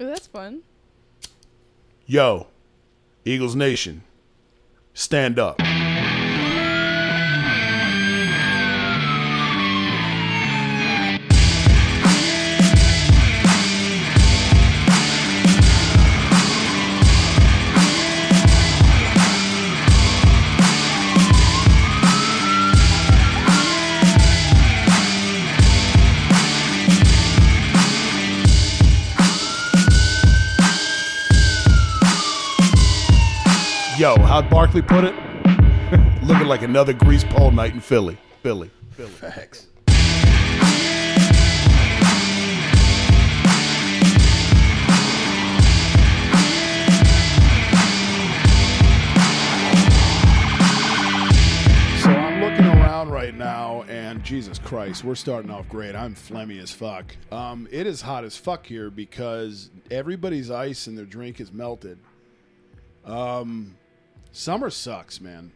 Ooh, that's fun. Yo, Eagles Nation, stand up. Yo, how'd Barkley put it? Looking like another grease pole night in Philly. Philly. Philly. Facts. So I'm looking around right now, and Jesus Christ, we're starting off great. I'm phlegmy as fuck. Um, it is hot as fuck here because everybody's ice and their drink is melted. Um, summer sucks, man.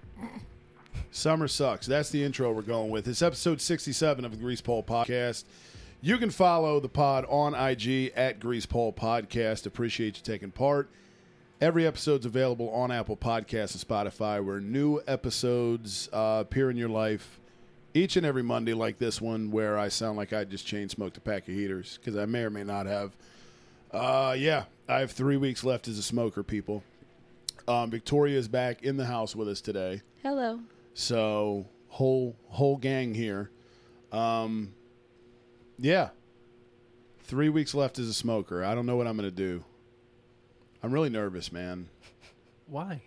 Summer sucks. That's the intro we're going with. It's episode 67 of the Grease Pole Podcast. You can follow the pod on IG at Grease Pole Podcast. Appreciate you taking part. Every episode's available on Apple Podcasts and Spotify, where new episodes uh, appear in your life each and every Monday, like this one, where I sound like I just chain smoked a pack of heaters because I may or may not have. Uh, yeah, I have three weeks left as a smoker, people. Um, Victoria is back in the house with us today. Hello. So whole whole gang here. Um, yeah. Three weeks left as a smoker. I don't know what I'm gonna do. I'm really nervous, man. Why?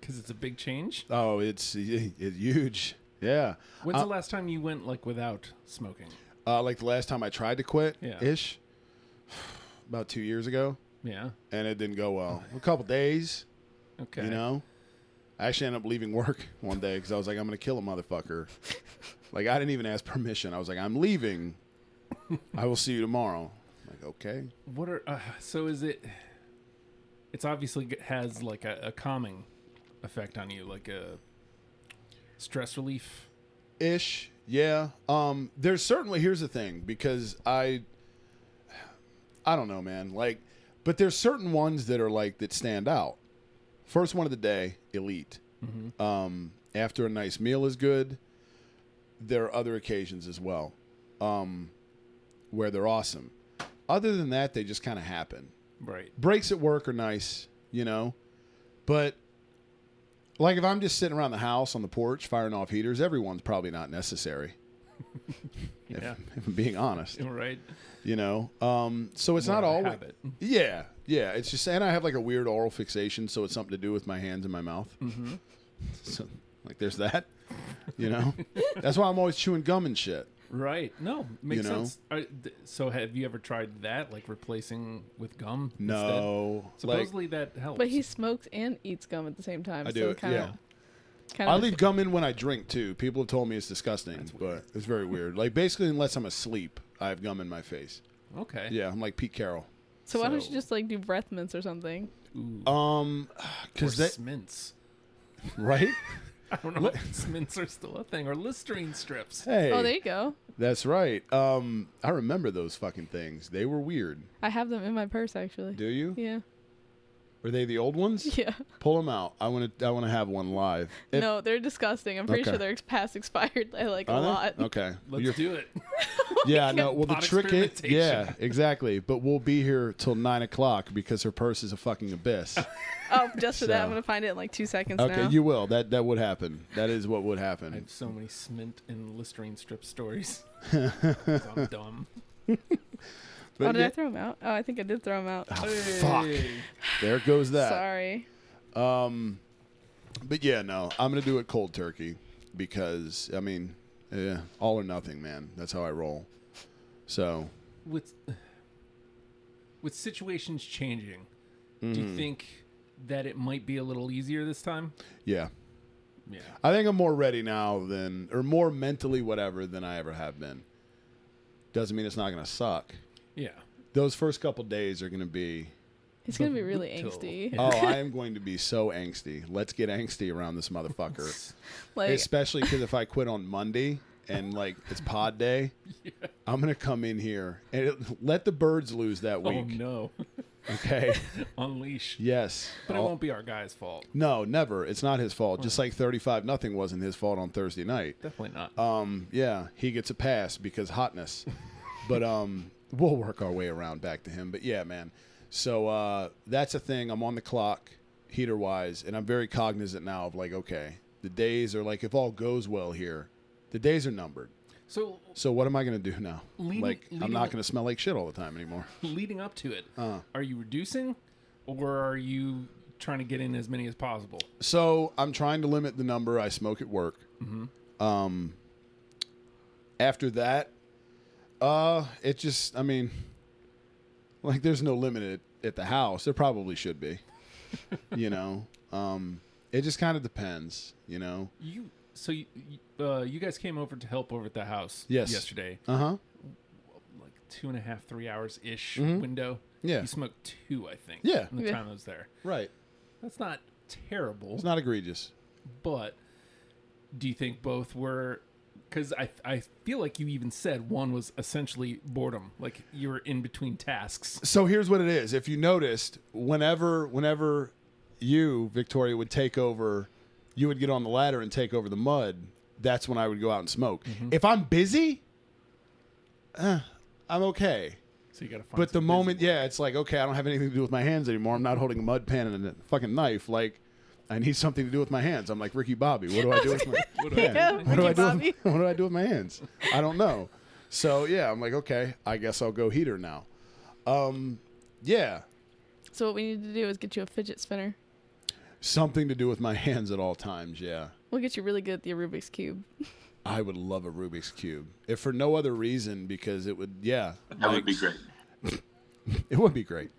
Because it's a big change. Oh, it's, it's huge. Yeah. When's the last time you went like without smoking? Uh, like the last time I tried to quit, Yeah. ish, about two years ago, Yeah. and it didn't go well. A couple days, Okay. You know, I actually ended up leaving work one day because I was like, I'm gonna kill a motherfucker. like I didn't even ask permission. I was like, I'm leaving. I will see you tomorrow. I'm like okay, What are uh, so? Is it? It's obviously g- has like a, a calming effect on you, like a stress relief. ish. Yeah. Um. There's certainly here's the thing because I, I don't know, man. Like, but there's certain ones that are like that stand out. First one of the day, elite. Um. After a nice meal is good. There are other occasions as well. um, where they're awesome. Other than that, they just kind of happen. Right. Breaks at work are nice, you know, but like if I'm just sitting around the house on the porch firing off heaters, everyone's probably not necessary. if- Yeah. if, I'm being honest, Right. you know, um, so it's More not of a always. habit. Yeah, yeah. It's just, and I have like a weird oral fixation, so it's something to do with my hands and my mouth. Mm-hmm. so like, there's that. You know, that's why I'm always chewing gum and shit. Right. No, makes know? sense. I, th- so have you ever tried that, like replacing with gum? No, Instead? like- Supposedly that helps. But he smokes and eats gum at the same time. I so do it, Kinda, Kind I of. leave gum in when I drink too. People have told me it's disgusting, but it's very weird. Like basically, unless I'm asleep, I have gum in my face. Okay. Yeah, I'm like Pete Carroll. so why don't you so- just like do breath mints or something? Ooh. Um, or because that Smints. right? I don't know if Smints are still a thing or Listerine strips. Hey, Oh, there you go. that's right. Um, I remember those fucking things. They were weird. I have them in my purse actually. Do you? Yeah. Are they the old ones? Yeah. Pull them out. I want to. I want to have one live. If- no, they're disgusting. I'm pretty Okay. sure they're ex- past expired by like a Are they? lot. Okay. Let's You're- do it. yeah. No. Well, the Pot trick is. experimentation. Yeah. Exactly. But we'll be here till nine o'clock because her purse is a fucking abyss. Oh, just for that, So- I'm gonna find it in like two seconds Okay, now. you will. That that would happen. That is what would I happen. have so many Smint and Listerine strip stories. 'Cause I'm dumb. oh, But did yeah, I throw them out? Oh, I think I did throw them out. fuck. Hey. There goes that. Sorry. But yeah, no, I'm gonna do it cold turkey because I mean, yeah, all or nothing, man. That's how I roll. So With with situations changing, do you think that it might be a little easier this time? yeah, Yeah. I think I'm more ready now than, or more mentally whatever than I ever have been. Doesn't mean it's not gonna suck. Yeah. Those first couple days are gonna be. He's gonna be The really little- angsty. Oh, I am going to be so angsty. Let's get angsty around this motherfucker. Like Especially because if I quit on Monday and like it's pod day, I'm gonna come in here and it, let the birds lose that week. Oh no. Okay. unleash. yes. But it won't be our guy's fault. No, never. It's not his fault. Just like 35 nothing wasn't his fault on Thursday night. Definitely not. Um, yeah, he gets a pass because hotness. but um, we'll work our way around back to him. But yeah, man. So uh, that's a thing. I'm on the clock heater wise, and I'm very cognizant now of like, okay, the days are like if all goes well here, the days are numbered. so So what am I gonna do now? Leading- like I'm leading not up- gonna smell like shit all the time anymore. leading up to it, are you reducing, or are you trying to get in as many as possible? So I'm trying to limit the number I smoke at work. Um, after that, uh, it just I mean, like there's no limit at, at the house. There probably should be. you know, um, it just kind of depends. You know. You so you, uh, you guys came over to help over at the house Yes. yesterday, Uh huh. like two and a half three hours ish window. Mm-hmm. Yeah. you smoked two, I think. Yeah. in the Yeah. time I was there, Right. that's not terrible, It's not egregious. but do you think both were? Because I I feel like you even said one was essentially boredom, like you were in between tasks. So here's what it is. If you noticed, whenever whenever you Victoria would take over, you would get on the ladder and take over the mud. That's when I would go out and smoke. If I'm busy, uh, I'm okay. So you got to find. But the some busy moment, yeah, it's like okay, I don't have anything to do with my hands anymore. I'm not holding a mud pan and a fucking knife. Like, I need something to do with my hands. I'm like Ricky Bobby. What do I do with my? What do I do? Yeah, what do I Ricky do? Bobby. With, what do I do with my hands? I don't know. So yeah, I'm like okay, I guess I'll go heater now. Um, yeah, So what we need to do is get you a fidget spinner. Something to do with my hands at all times, yeah. We'll get you really good at the Rubik's cube. I would love a Rubik's Cube. If for no other reason, because it would, yeah, That would be great. it would be great.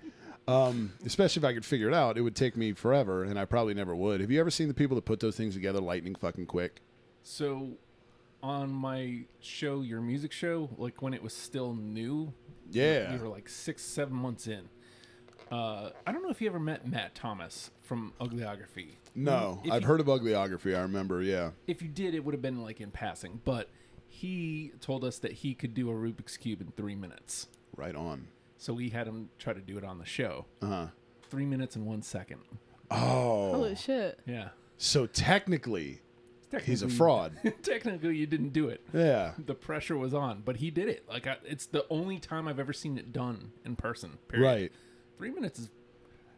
Um, especially if I could figure it out, it would take me forever, and I probably never would. Have you ever seen the people that put those things together lightning fucking quick? So, on my show, your music show, like when it was still new, Yeah. we were like six, seven months in. Uh, I don't know if you ever met Matt Thomas from Ugliography. No, If I've you- heard of ugliography. I remember, yeah. If you did, it would have been like in passing, but he told us that he could do a Rubik's Cube in three minutes. Right on. So, we had him try to do it on the show. Uh huh. Three minutes and one second. Oh, Holy shit. Yeah. so technically, he's a Technically- fraud. Technically, you didn't do it. yeah. The pressure was on, but he did it. Like, I, it's the only time I've ever seen it done in person. Period. Right. Three minutes is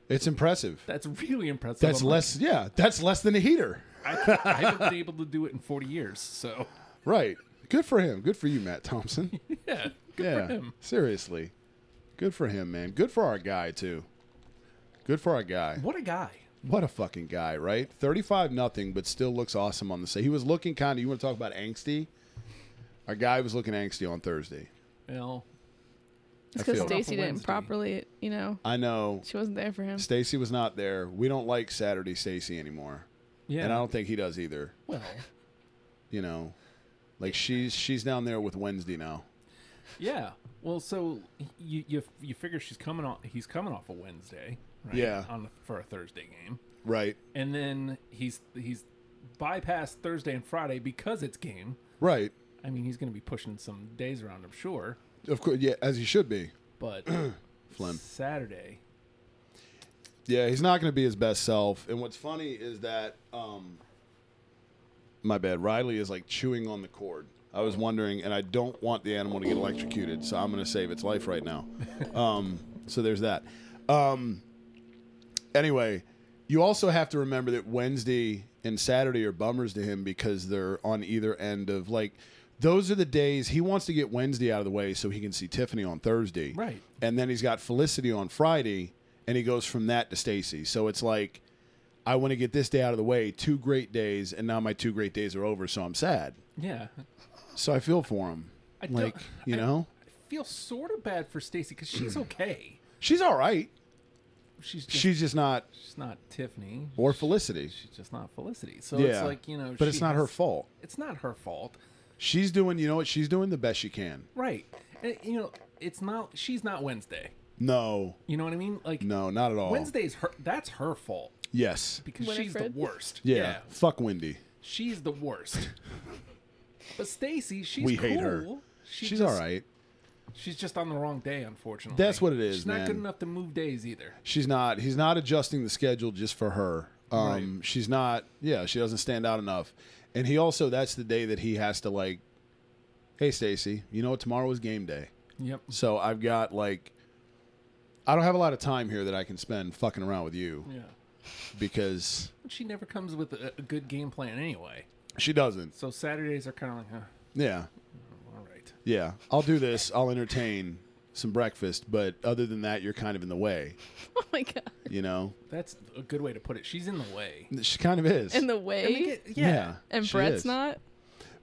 It's impressive. That's really impressive. That's I'm like, less, yeah, that's less than a heater. I, I haven't been able to do it in 40 years. So, Right. Good for him. Good for you, Matt Thompson. yeah, good yeah. for him. Seriously. Good for him, man. Good for our guy too. Good for our guy. What a guy. What a fucking guy, right? Thirty-five nothing, but still looks awesome on the set. He was looking kind of. You want to talk about angsty? Our guy was looking angsty on Thursday. Well, It's I because feel- Stacy Off of didn't Wednesday. properly, you know, I know she wasn't there for him. Stacy was not there. We don't like Saturday Stacy anymore, yeah. and I don't think he does either. well, You know, like she's she's down there with Wednesday now. yeah. Well, so you you you figure she's coming off. He's coming off a Wednesday, right? Yeah. on for a Thursday game, Right. and then he's he's bypassed Thursday and Friday because it's game. Right. I mean, he's going to be pushing some days around, I'm sure. Of course. Yeah. As he should be. But Flynn. Saturday, Yeah, he's not going to be his best self. And what's funny is that, um, my bad, Riley is like chewing on the cord. I was wondering, and I don't want the animal to get electrocuted, so I'm going to save its life right now. Um, so there's that. Um, anyway, you also have to remember that Wednesday and Saturday are bummers to him because they're on either end of like. Those are the days he wants to get Wednesday out of the way so he can see Tiffany on Thursday Right. and then he's got Felicity on Friday, and he goes from that to Stacy. So it's like, I want to get this day out of the way. Two great days, and now my two great days are over, so I'm sad. yeah. So I feel for him. I don't- like you I- know, I feel sort of bad for Stacy because she's okay. she's all right. She's just She's just not She's not Tiffany. or Felicity, She's just not Felicity. So it's Yeah. like, you know, but it's she not her has- fault. It's not her fault. She's doing, you know what? She's doing the best she can. Right. And, you know, it's not she's not Wednesday. No, You know what I mean? Like no, not at all. Wednesday's her that's her fault Yes. because she's the Winifred? worst. Yeah. Fuck Wendy. She's the worst. but Stacy, she's We cool. hate her. She She's just- all right. She's just on the wrong day, unfortunately. That's what it is, She's not good man. enough to move days either. She's not. He's not adjusting the schedule just for her. Um, She's not. Yeah, she doesn't stand out enough. And he also that's the day that he has to like, hey Stacy, you know what? Tomorrow is game day, Yep. so I've got like, I don't have a lot of time here that I can spend fucking around with you Yeah. because But she never comes with a, a good game plan anyway. she doesn't. So Saturdays are kind of like, huh, Yeah, all right. yeah. I'll do this. I'll entertain some breakfast, but other than that, you're kind of in the way. Oh my god. You know, That's a good way to put it. She's in the way. she kind of is. In the way. yeah. yeah, And she Brett's is. not.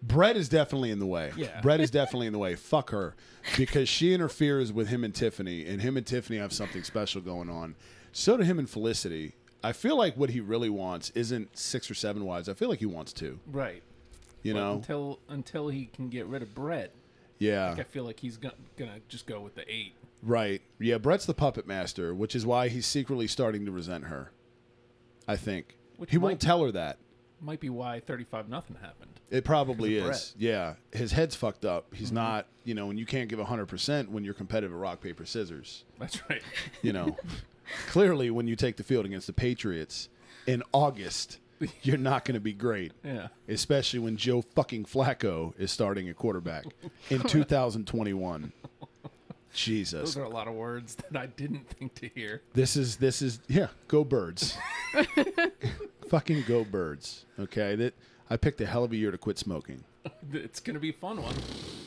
Brett is definitely in the way. Yeah. Brett is definitely in the way. Fuck her. Because she interferes with him and Tiffany, and him and Tiffany have something special going on. So do him and Felicity. I feel like what he really wants isn't six or seven wives. I feel like he wants two. Right. You But know? Until until he can get rid of Brett, yeah. I feel like he's gonna, gonna just go with the eight. Right. Yeah, Brett's the puppet master, which is why he's secretly starting to resent her. I think. Which he might- won't tell her that. Might be why thirty-five nothing happened. It probably Because of Mm-hmm. is. Yeah. His head's fucked up. He's not, you know, and you can't give 100% when you're competitive at rock, paper, scissors. That's right. you know, clearly when you take the field against the Patriots in August, you're not going to be great, Yeah. especially when Joe fucking Flacco is starting at quarterback in 2021. Jesus, Those are a lot of words that I didn't think to hear. this is this is yeah, go birds, fucking go birds. Okay, that I picked a hell of a year to quit smoking. It's gonna be a fun one.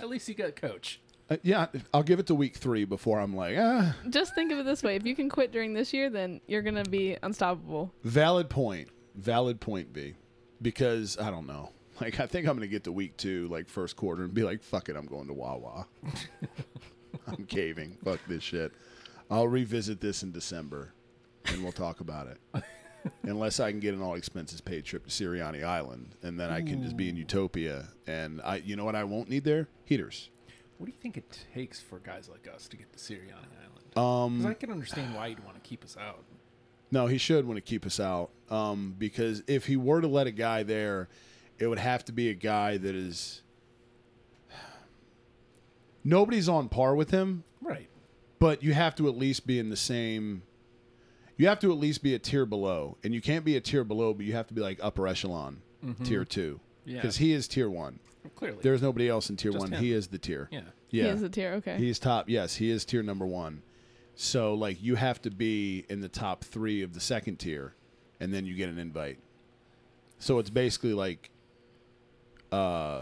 At least you got coach. Uh, yeah, I'll give it to week three before I'm like, ah, Just think of it this way: if you can quit during this year, then you're gonna be unstoppable. Valid point. Valid point B. Because I don't know. Like I think I'm gonna get to week two, like first quarter, and be like, fuck it, I'm going to Wawa. I'm caving. Fuck this shit. I'll revisit this in December and we'll talk about it. Unless I can get an all expenses paid trip to Sirianni Island and then I can just be in Utopia and I you know what I won't need there? Heaters. What do you think it takes for guys like us to get to Sirianni Island? Um, I can understand why you'd want to keep us out. No, he should want to keep us out. Um, because if he were to let a guy there, it would have to be a guy that is nobody's on par with him, Right. but you have to at least be in the same you have to at least be a tier below. And you can't be a tier below, but you have to be like upper echelon, tier two. Mm-hmm. Yeah. Because he is tier one. Clearly. There's nobody else in tier Just one. him. He is the tier. yeah. Yeah. He is a tier. Okay. He's top. Yes, he is tier number one. So like you have to be in the top three of the second tier, and then you get an invite. So it's basically like, uh,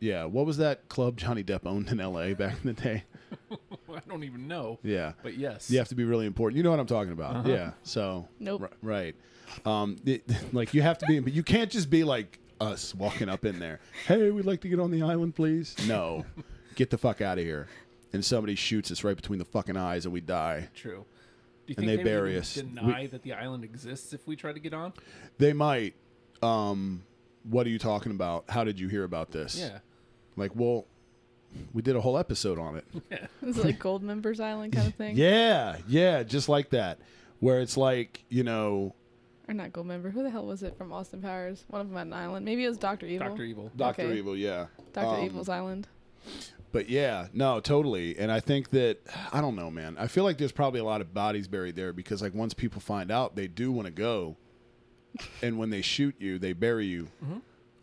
yeah. What was that club Johnny Depp owned in L.A. back in the day? I don't even know. Yeah. But yes. You have to be really important. You know what I'm talking about. Uh-huh. Yeah. So Nope. ri- right. Um, it- like you have to be, but you can't just be like us walking up in there. Hey, we'd like to get on the island, please. No, get the fuck out of here. And somebody shoots us right between the fucking eyes, and we die. True. Do you And think they would bury even us. Deny that the island exists if we try to get on. They might. Um, what are you talking about? How did you hear about this? Yeah. Like, well, we did a whole episode on it. Yeah. It's like Gold Members Island kind of thing. yeah, yeah, just like that. Where it's like, you know, Or not Gold Member. Who the hell was it from Austin Powers? One of them had an island. Maybe it was Doctor Evil. Doctor Evil. Doctor Okay. Evil. Yeah. Doctor Um, Evil's island. But yeah, no, totally. And I think that I don't know, man. I feel like there's probably a lot of bodies buried there because like once people find out, they do want to go. And when they shoot you, they bury you Mm-hmm.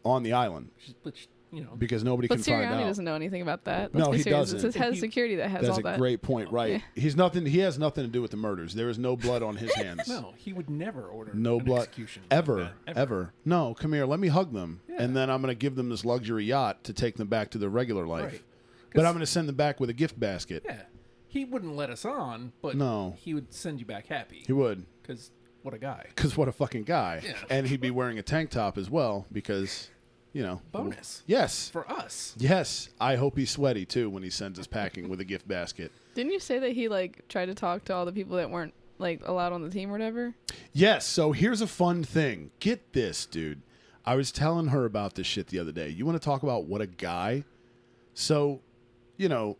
on the island Just- But you know. because nobody But can find Sirianni out. doesn't know anything about that. No, Let's be he serious. doesn't. It's his head of security that has That's all a that. great Oh, point, right? He's nothing. He has nothing to do with the murders. There is no blood on his hands. No, he would never order No an blood execution like ever, that, ever, No, come here. Let me hug them, Yeah. and then I'm going to give them this luxury yacht to take them back to their regular life. Right. But I'm going to send them back with a gift basket. Yeah, he wouldn't let us on, but No. he would send you back happy He would. because what a guy. because what a fucking guy. Yeah. And he'd be wearing a tank top as well because, you know. Bonus Yes. for us. Yes. I hope he's sweaty too when he sends us packing with a gift basket. Didn't you say that he like tried to talk to all the people that weren't like allowed on the team or whatever? Yes. So here's a fun thing. Get this, dude. I was telling her about this shit the other day. You want to talk about what a guy? So, you know,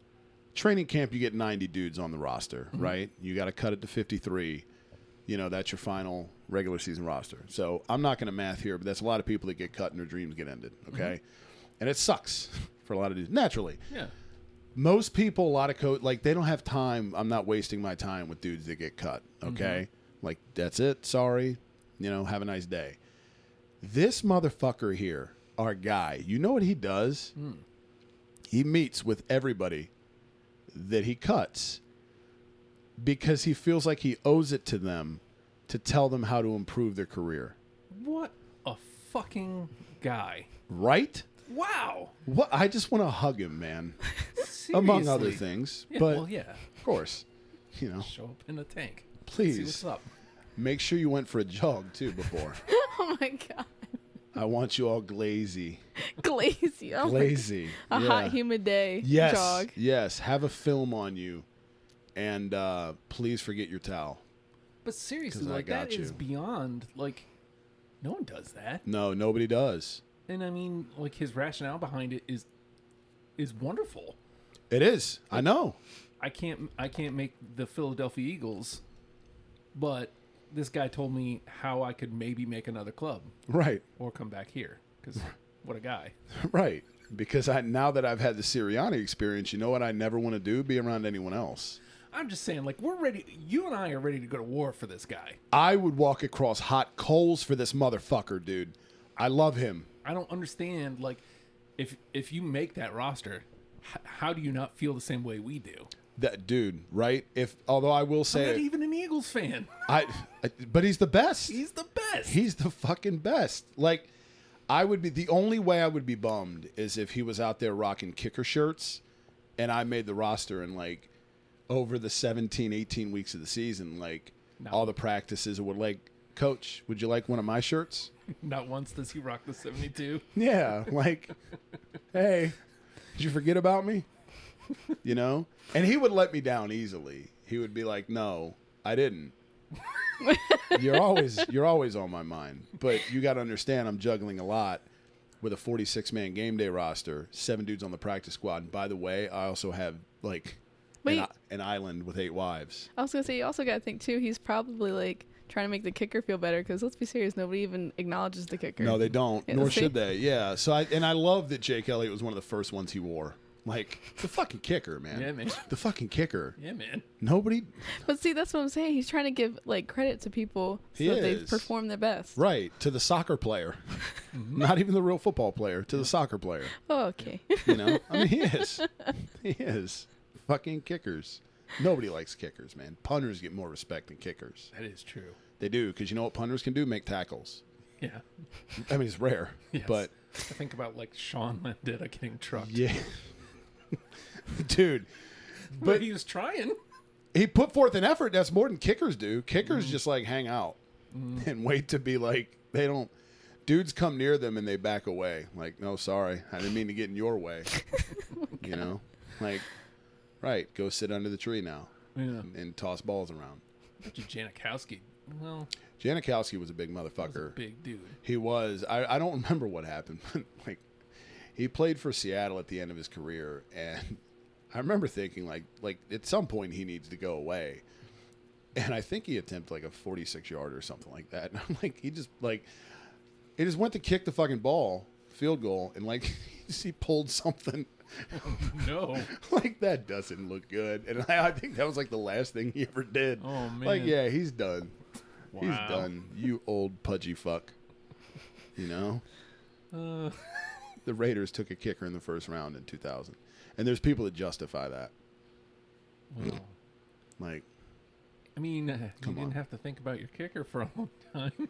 training camp, you get 90 dudes on the roster, right? You got to cut it to 53. You know, that's your final regular season roster. So I'm not going to math here, but that's a lot of people that get cut and their dreams get ended, okay? And it sucks for a lot of dudes, naturally. Yeah, most people a lot of coach like they don't have time i'm not wasting my time with dudes that get cut Mm-hmm. okay like that's it sorry you know have a nice day this motherfucker here our guy you know what he does Hmm. he meets with everybody that he cuts because he feels like he owes it to them to tell them how to improve their career What a fucking guy. right Wow. what i just want to hug him man among other Seriously. things Yeah, but well, yeah. of course you know Show up in a tank. See please what's up. Make sure you went for a jog too before. Oh my god, I want you all glazy, glazy. Oh my- glazy. a hot, Yeah. humid day. Yes, Jog. yes. Have a film on you, and uh, please forget your towel. But seriously, 'Cause I like that got is you. beyond like no one does that. No, nobody does. And I mean, like his rationale behind it is is wonderful. It is. I know. I can't I can't make the Philadelphia Eagles, but this guy told me how I could maybe make another club Right, or come back here because what a guy. right. Because I now that I've had the Sirianni experience, you know what I never want to do? Be around anyone else. I'm just saying, like we're ready. You and I are ready to go to war for this guy. I would walk across hot coals for this motherfucker, dude. I love him. I don't understand. Like if if you make that roster, h- how do you not feel the same way we do? That dude, right? If although I will I'm say, not even an Eagles fan. I, I, but he's the best. He's the best. He's the fucking best. Like, I would be the only way I would be bummed is if he was out there rocking kicker shirts and I made the roster and, like, over the 17, 18 weeks of the season, like, No. all the practices would, like, coach, would you like one of my shirts? Not once does he rock the 72. Yeah. Like, hey, did you forget about me? You know? And he would let me down easily. He would be like, no, I didn't. you're always you're always on my mind. But you got to understand, I'm juggling a lot with a 46 man game day roster, seven dudes on the practice squad. And by the way, I also have like an, Wait. i- an island with eight wives. I was gonna say you also gotta think too. He's probably like trying to make the kicker feel better because let's be serious, nobody even acknowledges the kicker. No, they don't. Yeah, nor see? should they. Yeah. So I and I love that Jake Elliott was one of the first ones he wore. Like the fucking kicker, man. Yeah, man. The fucking kicker. Yeah, man. Nobody. But see, that's what I'm saying. He's trying to give like credit to people so He that they is. perform their best. Right to the soccer player, Mm-hmm. not even the real football player. To the soccer player. Oh, okay. You know, I mean, he is. He is. Fucking kickers. Nobody likes kickers, man. Punters get more respect than kickers. That is true. They do, because you know what punters can do? Make tackles. Yeah. I mean, it's rare, Yes. but I think about like Sean Landetta getting trucked. yeah. Dude, But he was trying. he put forth an effort that's more than kickers do. Kickers just like hang out and wait to be like, they don't. Dudes come near them and they back away. Like, no, sorry. I didn't mean to get in your way. you know? Like, right, go sit under the tree now Yeah. and toss balls around. Janikowski. Well, Janikowski was a big motherfucker. he's a big dude. He was. I, I don't remember what happened, but like he played for Seattle at the end of his career and I remember thinking like like at some point he needs to go away. And I think he attempted like a 46 yard or something like that. And I'm like he just like he just went to kick the fucking ball, field goal and like he just- he pulled something No. like that doesn't look good. And I, I think that was like the last thing he ever did. Oh, Like man. yeah, he's done. He's Wow. done. You old pudgy fuck. You know? Uh, the Raiders took a kicker in the first round in 2000. And there's people that justify that. well, Like, I mean, uh, you Come on. didn't have to think about your kicker for a long time.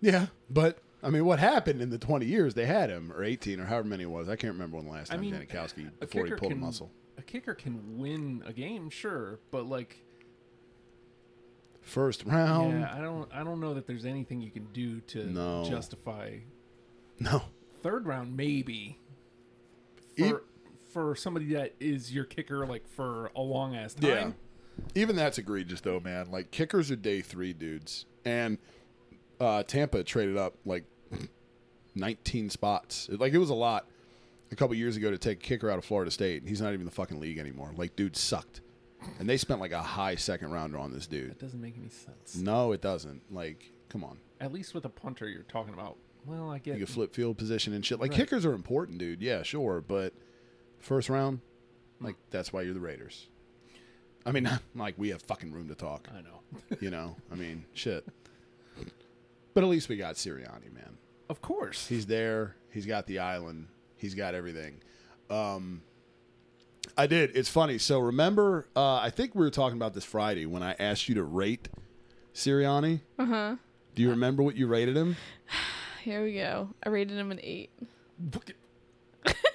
yeah, but I mean, what happened in the 20 years they had him, or 18, or however many it was? I can't remember when the last I time mean, Janikowski a before he kicker pulled can- a muscle. A kicker can win a game, sure, but like, First round. yeah, I don't, I don't know that there's anything you can do to Um, No. justify No. third round maybe for, E- for somebody that is your kicker like for a long ass time. Yeah. Even that's egregious, though, man. Like, kickers are day three dudes. And uh, Tampa traded up like 19 spots. Like, it was a lot a couple years ago to take a kicker out of Florida State. And he's not even in the fucking league anymore. Like, dude sucked. And they spent like a high second rounder on this dude. That doesn't make any sense. No, it doesn't. Like, come on. At least with a punter you're talking about. Well, I You get can flip field position and shit. Like Right. kickers are important, dude. Yeah, sure, but first round, Like that's why you're the Raiders. I mean, like we have fucking room to talk. I know. You know, I mean, shit. But at least we got Sirianni, man. Of course. He's there. He's got the island. He's got everything. Um, I did. It's funny. So remember, uh, I think we were talking about this Friday when I asked you to rate Sirianni. Uh Uh-huh. huh. Do you remember what you rated him? Here we go. I rated him an eight.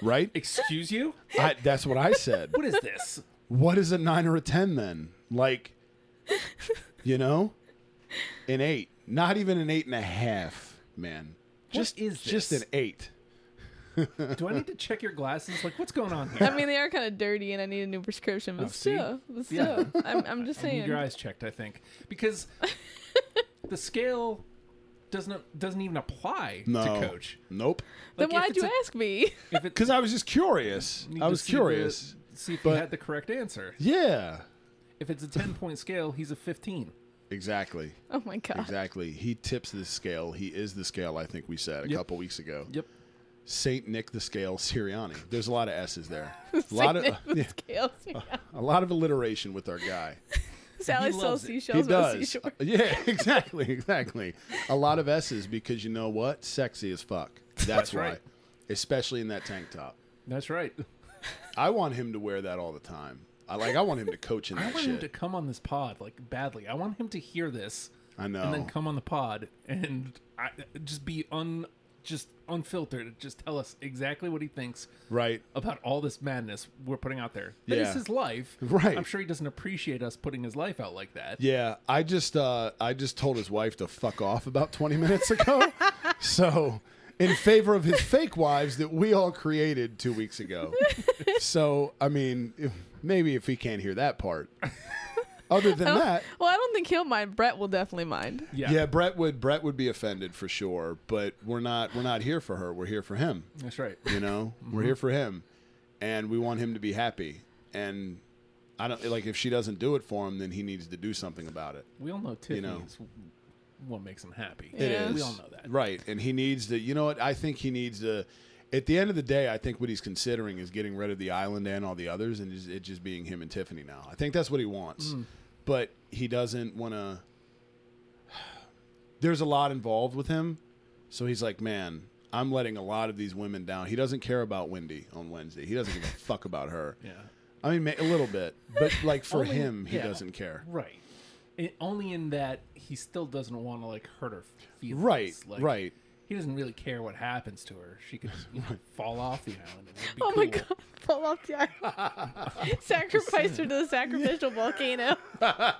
Right? Excuse you? I, that's what I said. What is this? What is a nine or a ten then? Like, you know, an eight. Not even an eight and a half, man. Just is just this? an eight. Do I need to check your glasses? Like, what's going on I here? mean, they are kind of dirty, and I need a new prescription. But Oh, see? still, but Yeah. still, I'm, I'm just Need saying. your eyes checked, I think, because the scale doesn't doesn't even apply No. to coach. Nope. then Like, if why'd it's you a- ask me? If it, Because I was just curious. need I to was see curious. The, see if but- you had the correct answer. Yeah. If it's a ten point scale, he's a fifteen. Exactly. Oh my Ah. god. Exactly. He tips the scale. He is the scale. I think we said a Yep. couple weeks ago. Yep. Saint Nick the Scale Sirianni. There's a lot of S's there. A lot of yeah, Scales. a lot of alliteration with our guy. Sally He sells loves it. He seashells he by the does. seashore. Yeah, exactly, exactly. A lot of S's because you know what? Sexy as fuck. That's, That's why. right. Especially in that tank top. That's right. I want him to wear that all the time. I like. I want him to coach in I that want him shit. to come on this pod like badly. I want him to hear this I know. and then come on the pod and I, just be un just unfiltered. Just tell us exactly what he thinks right. about all this madness we're putting out there. That Yeah. is his life. Right. I'm sure he doesn't appreciate us putting his life out like that. Yeah, I just uh, I just told his wife to fuck off about 20 minutes ago. so, in favor of his fake wives that we all created two weeks ago. so, I mean, if, maybe if he can't hear that part. Other than that, Well, I don't think he'll mind. Brett will definitely mind. Oh. Yeah. yeah. Brett would Brett would be offended for sure. But we're not we're not here for her. We're here for him. That's right. You know, we're Mm-hmm. here for him, and we want him to be happy. And I don't like if she doesn't do it for him, then he needs to do something about it. We all know Tiffany know. is what makes him happy. It Yeah. is. We all know that. Right. And he needs to, you know what? I think he needs to, at the end of the day, I think what he's considering is getting rid of the island and all the others and just, it just being him and Tiffany now. I think that's what he wants. Mm. But he doesn't want to. There's a lot involved with him. So he's like, man, I'm letting a lot of these women down. He doesn't care about Wendy on Wednesday. He doesn't give a fuck about her. Yeah. I mean, ma- a little bit. But like for Only- him, he yeah. doesn't care. Right. It, only in that he still doesn't want to like hurt her feelings. Right. Like, right. He doesn't really care what happens to her. She could you know, fall off the island. and it would be Oh my cool. god. Fall off the island. Sacrifice her to the sacrificial volcano.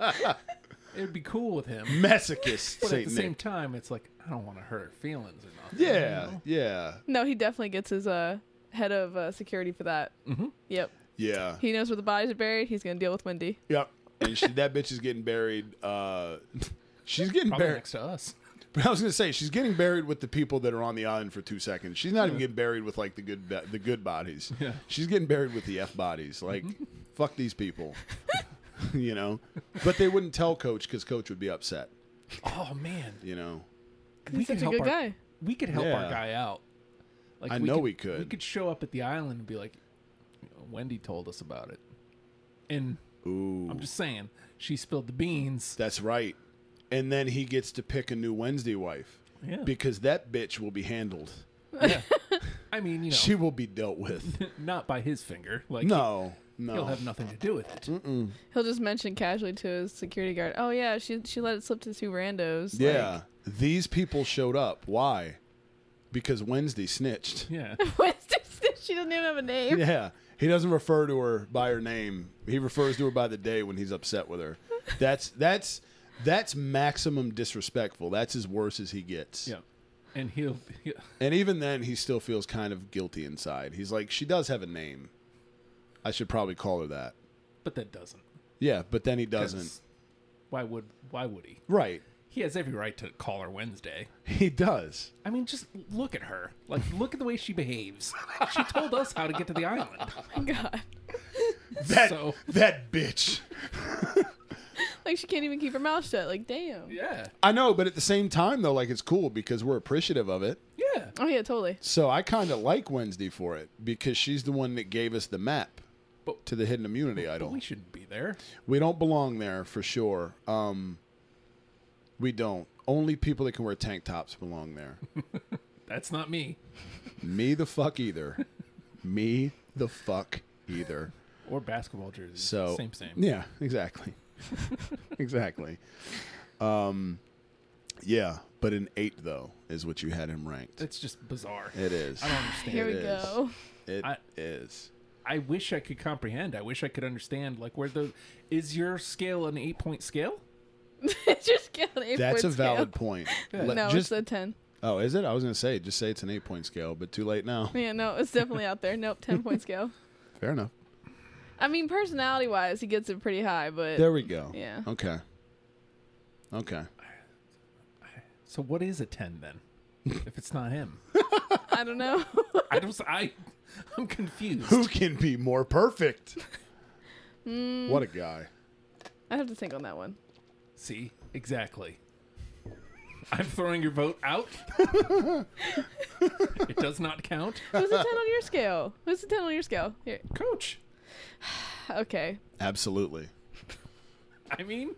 It would be cool with him. Masochist. But Saint at the Nick. same time, it's like I don't want to hurt her feelings or nothing. yeah. Yeah. No, he definitely gets his uh head of uh, security for that. Mm-hmm. Yep. Yeah. He knows where the bodies are buried. He's gonna deal with Wendy. Yep. And she, that bitch is getting buried. Uh, she's getting Probably buried. next to us. But I was gonna say she's getting buried with the people that are on the island for two seconds. She's not even getting buried with like the good ba- the good bodies. Yeah. Mm-hmm. She's getting buried with the f bodies. Like, fuck these people. you know. But they wouldn't tell Coach because Coach would be upset. Oh man, You know. He's such a good our, guy. We could help Yeah. our guy out. Like I know we could. We could show up at the island and be like, Wendy told us about it, and Ooh. I'm just saying she spilled the beans. That's right. And then he gets to pick a new Wednesday wife Yeah. because that bitch will be handled. I mean, you know, She will be dealt with. not by his finger. Like No. Mm-hmm. No. he'll have nothing to do with it. He'll just mention casually to his security guard, "Oh yeah, she she let it slip to two randos." Like, Yeah. These people showed up. Why? Because Wednesday snitched. Yeah. Wednesday Snitch, she doesn't even have a name. Yeah. He doesn't refer to her by her name. He refers to her by the day when he's upset with her. That's that's that's maximum disrespectful. That's as worse as he gets. yeah. And he'll, he And even then he still feels kind of guilty inside. He's like, She does have a name. I should probably call her that. but that doesn't. Yeah, but then he doesn't. 'Cause Why would why would he? Right. He has every right to call her Wednesday. He does. I mean, just look at her. Like, look at the way she behaves. She told us how to get to the island. Oh my god. That So- that bitch. Like she can't even keep her mouth shut. Like damn. Yeah. I know, but at the same time though, like it's cool because we're appreciative of it. Yeah. Oh yeah, totally. So I kind of like Wednesday for it because she's the one that gave us the map to the hidden immunity idol. We shouldn't be there. We don't belong there for sure. Um, we don't. Only people that can wear tank tops belong there. That's not me. Me the fuck either. Me the fuck either. Or basketball jerseys. So same, same. Yeah, exactly. exactly. Um, yeah, but an eight though is what you had him ranked. It's just bizarre. It is. I don't understand. Here It we is. go. It I- is. I wish I could comprehend. I wish I could understand. Like where the is your scale an eight point scale? just get an eight That's a point scale. valid point. Let- No, it's just- a ten. oh, is it? I was gonna say, just say it's an eight-point scale, but too late now. Yeah, no, it's definitely out there. Nope, ten point scale. Fair enough. I mean, personality wise, he gets it pretty high, but There we go. Yeah. Okay. Okay. So what is a ten then? if it's not him, I don't know. I don't. I I'm confused. Who can be more perfect? What a guy. I have to think on that one. See exactly. I'm throwing your vote out. it does not count, Who's a ten on your scale? Who's a ten on your scale? Here. Coach. Okay. Absolutely. I mean,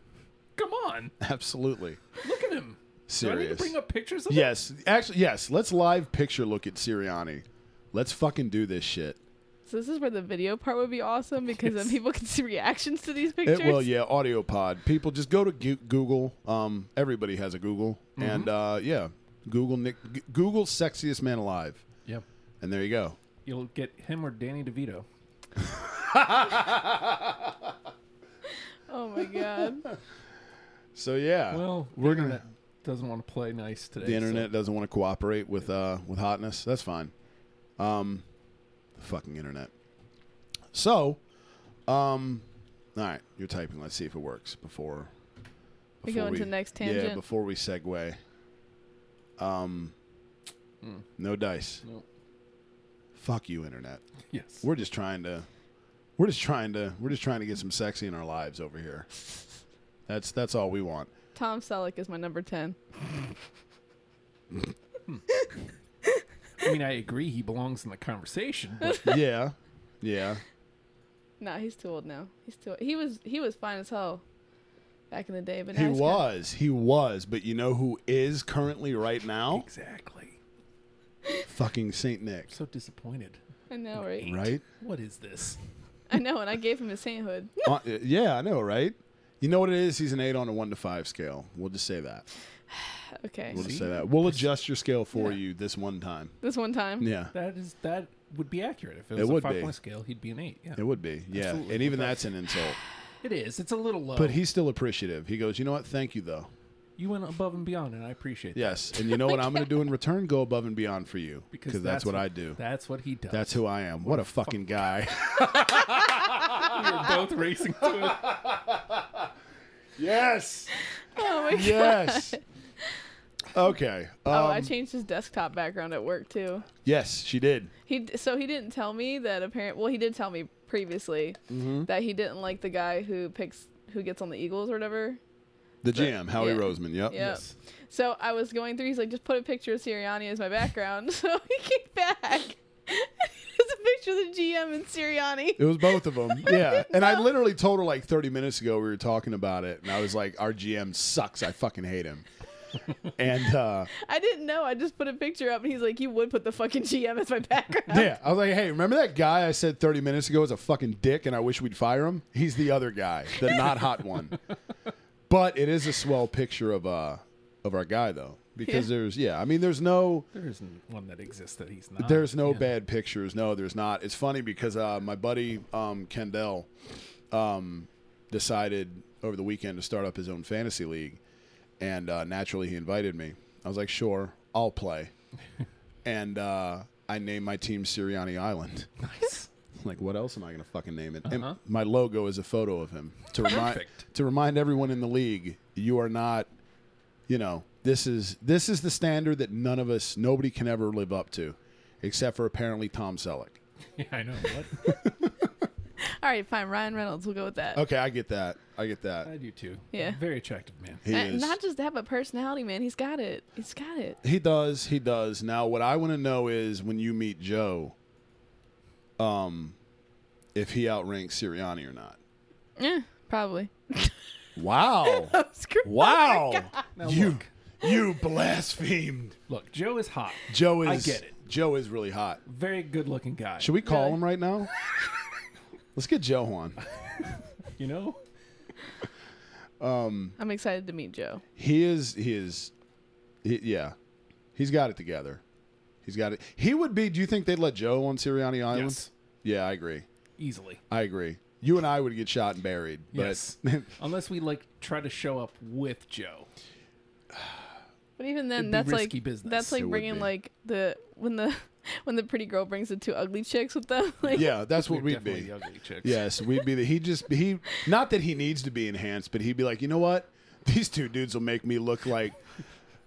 come on, Absolutely. look at him. Do I need to Serious. bring up pictures of him? Yes. Actually, yes. Let's live picture look at Sirianni. Let's fucking do this shit. So this is where the video part would be awesome because then people can see reactions to these pictures. It will, yeah. Audio pod. People just go to Gu- Google. Um, everybody has a Google, and uh, yeah, Google Nick, G- Google sexiest man alive, Yep. and there you go. You'll get him or Danny DeVito. Oh my god. So yeah, Well, we're we're gonna- gonna doesn't want to play nice today. the internet doesn't want to cooperate with uh, with hotness. That's fine. Um, the fucking internet. So, um, all right, you're typing. Let's see if it works before. We before go into the next Yeah, tangent? before we segue. Um, no dice. Nope. Fuck you, internet. So, yes. We're just trying to. We're just trying to. We're just trying to get some sexy in our lives over here. That's that's all we want. Tom Selleck is my number ten. I mean, I agree. He belongs in the conversation, but Yeah, yeah. Nah, he's too old now. He's too. He was he was fine as hell back in the day, but now He he's kinda- was. He was. But you know who is currently right now? exactly. Fucking Saint Nick. So disappointed. I know, right? Right? What is this? I know, and I gave him his sainthood. Uh, uh, yeah, I know, right? You know what it is? He's an eight on a one to five scale. We'll just say that. Okay. We'll just say that. We'll adjust your scale for Yeah. you this one time. This one time. Yeah. That is that would be accurate if it was It a would five be. point scale. He'd be an eight. Yeah, It would be. Yeah. Absolutely. And even that's an insult. it is. It's a little low, But he's still appreciative. He goes, you know what? Thank you, though. you went above and beyond, and I appreciate that Yes. And you know what I'm going to do in return? Go above and beyond for you. Because that's, what I do. That's what he does. That's who I am. What a fucking guy. we were both racing to it. yes. Oh my god. Yes. Okay. Um, Oh, I changed his desktop background at work too. yes, she did. He d- so he didn't tell me that apparent. Well, he did tell me previously that he didn't like the guy who picks who gets on the Eagles or whatever. The GM, Howie yeah. Roseman. Yep. Yeah. So I was going through. He's like, just put a picture of Sirianni as my background. So he came back. It's a picture of the GM and Sirianni. It was both of them. Yeah. And I literally told her like 30 minutes ago we were talking about it and I was like our GM sucks. I fucking hate him. And uh I didn't know. I just put a picture up, and he's like, you would put the fucking GM as my background. yeah, I was like, "Hey, remember that guy I said 30 minutes ago is a fucking dick and I wish we'd fire him? He's the other guy, the not hot one." But it is a swell picture of uh of our guy though because Yeah. there's yeah, I mean there's no There isn't one that exists that he's not. There's no Yeah. bad pictures. No, there's not. It's funny because uh, my buddy um, Kendall um, decided over the weekend to start up his own fantasy league, and uh, naturally he invited me. I was like, "Sure, I'll play," and uh, I named my team Sirianni Island. Nice. Like, what else am I going to fucking name it? Uh-huh. And my logo is a photo of him to remind Perfect. to remind everyone in the league you are not, you know, this is this is the standard that none of us, nobody can ever live up to, except for apparently Tom Selleck. Yeah, I know. What? All right, fine. Ryan Reynolds. We'll go with that. Okay, I get that. I get I that. do too. Yeah. Very attractive man. He And is. not just that, but personality, man. He's got it. He's got it. he does. He does. Now, what I want to know is when you meet Joe, um, if he outranks Sirianni or not. Yeah, probably. Wow. Screw- wow. Now you look. you blasphemed. Look, Joe is hot. Joe is I get it. Joe is really hot. Very good looking guy. Should we call Really? him right now? Let's get Joe on. You know? I'm excited to meet Joe. He is he is he- yeah. He's got it together. He's got it. He would be do you think they'd let Joe on Sirianni Island? Yes. Yeah, I agree. Easily. I agree. You and I would get shot and buried. But Yes. Unless we like try to show up with Joe. But even then, be that's like risky business. that's It like would bringing be. like the when the when the pretty girl brings the two ugly chicks with them. Like, yeah, that's what We're we'd definitely be. the ugly chicks. Yes, we'd be the he just he not that he needs to be enhanced, but he'd be like, you know what? These two dudes will make me look like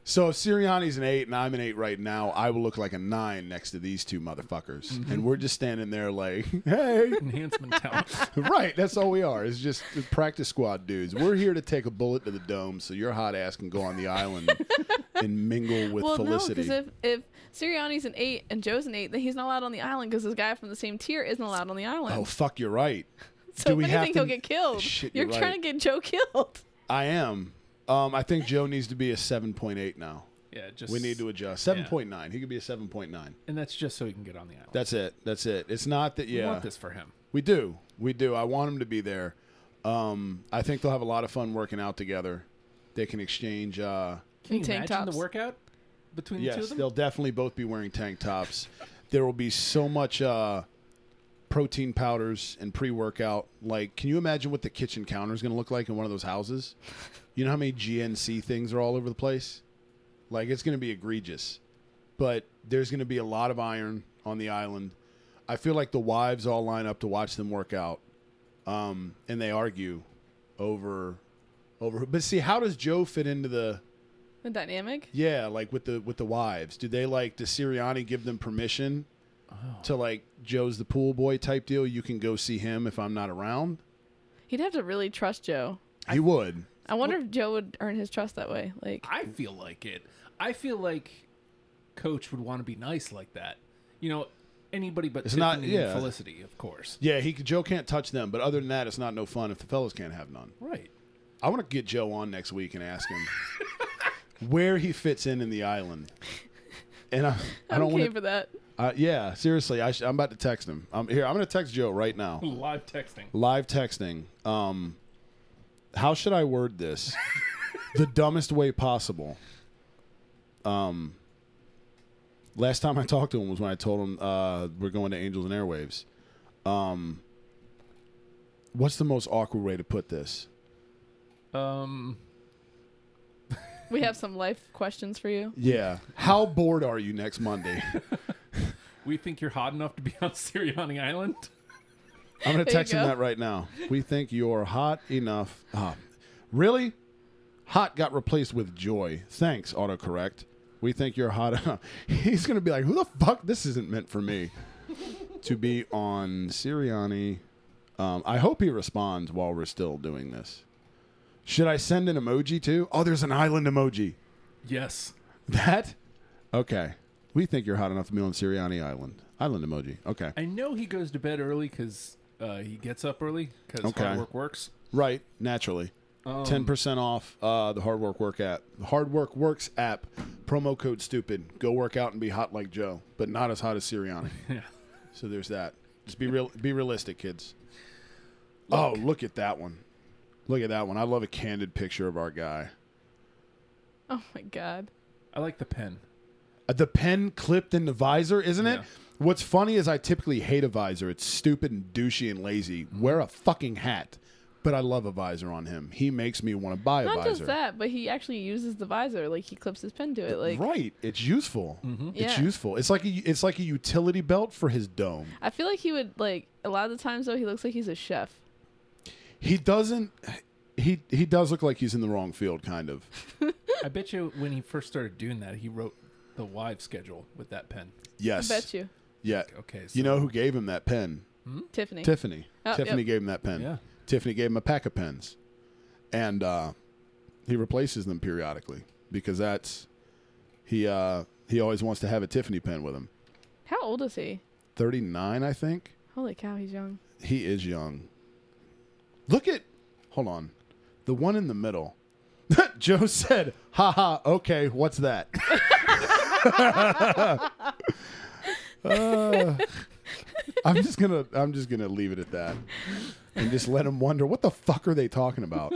so if Sirianni's an eight and I'm an eight right now, I will look like a nine next to these two motherfuckers. Mm-hmm. And we're just standing there like, hey. Enhancement talent. right, that's all we are. It's just practice squad dudes. We're here to take a bullet to the dome so your hot ass can go on the island and mingle with Well, Felicity. no, because if if Sirianni's an eight and Joe's an eight, then he's not allowed on the island because this guy from the same tier isn't allowed on the island. oh fuck, you're right. so do we if have anything, to- he'll get killed. Shit, you're you're trying right. to get Joe killed. I am. Um, I think Joe needs to be a seven point eight now. Yeah, just We need to adjust. Seven point nine. He could be a seven point nine. and that's just so he can get on the island. That's it. That's it. It's not that. We Yeah, want this for him. we do. We do. I want him to be there. Um, I think they'll have a lot of fun working out together. They can exchange. Uh, Can you And tank imagine tops. the workout between the two yes, of them? they'll definitely both be wearing tank tops. there will be so much uh, protein powders and pre-workout. Like, can you imagine what the kitchen counter is going to look like in one of those houses? You know how many GNC things are all over the place? Like, it's going to be egregious. But there's going to be a lot of iron on the island. I feel like the wives all line up to watch them work out, um, and they argue over over. But see, how does Joe fit into the The dynamic. yeah, like with the with the wives. Do they like does Sirianni give them permission Oh. to like Joe's the pool boy type deal? You can go see him if I'm not around. He'd have to really trust Joe. He would. I wonder if Joe would earn his trust that way. Like, I feel like it. I feel like Coach would want to be nice like that. You know, anybody but It's not- Tiffany yeah. and Felicity, of course. Yeah, he could- Joe can't touch them, but other than that, it's not no fun if the fellas can't have none. Right. I want to get Joe on next week and ask him where he fits in in the island. And I, I I'm don't okay want for to. that. Uh, yeah, seriously, I sh- I'm about to text him. I'm here. I'm going to text Joe right now. Live texting. live texting. Um, how should I word this? the dumbest way possible. Um, last time I talked to him was when I told him uh, we're going to Angels and Airwaves. Um, what's the most awkward way to put this? Um, We have some life questions for you. Yeah. How bored are you next Monday? we think you're hot enough to be on Sirianni Island. I'm gonna you text him go. that right now. We think you're hot enough. Ah, really? Hot got replaced with joy. Thanks, autocorrect. We think you're hot enough. He's gonna be like, who the fuck? This isn't meant for me to be on Sirianni. Um, I hope he responds while we're still doing this. Should I send an emoji too? Oh, there's an island emoji. Yes. That? Okay. We think you're hot enough to be on Sirianni Island. Island emoji. Okay. I know he goes to bed early because uh, he gets up early because Okay. hard work works. Right, naturally. Ten percent off uh, the Hard Work Work app. The Hard Work Works app. Promo code stupid. Go work out and be hot like Joe, but not as hot as Sirianni. Yeah. so there's that. Just be real. Be realistic, kids. Oh, look at that one. Look at that one. I love a candid picture of our guy. Oh my god. I like the pen. Uh, The pen clipped in the visor, isn't it? Yeah. What's funny is I typically hate a visor. It's stupid and douchey and lazy. Wear a fucking hat. But I love a visor on him. He makes me want to buy a Not visor. just that, but he actually uses the visor. Like he clips his pen to it. Like Mm-hmm. right, it's useful. It's Yeah. useful. It's like a, it's like a utility belt for his dome. I feel like he would like a lot of the times though he looks like he's a chef. He doesn't. He he does look like he's in the wrong field, kind of. I bet you when he first started doing that, he wrote the wives schedule with that pen. Yes. I bet you, Yeah. Okay. So You know who gave him that pen? Tiffany. Tiffany. Oh, Tiffany yep. gave him that pen. Yeah. Tiffany gave him a pack of pens, and uh, he replaces them periodically because that's he uh, he always wants to have a Tiffany pen with him. How old is he? Thirty nine, I think. Holy cow, he's young. He is young. Look at. Hold on. The one in the middle. Joe said, haha, okay, what's that? Uh, I'm just gonna I'm just gonna leave it at that. And just let him wonder what the fuck are they talking about?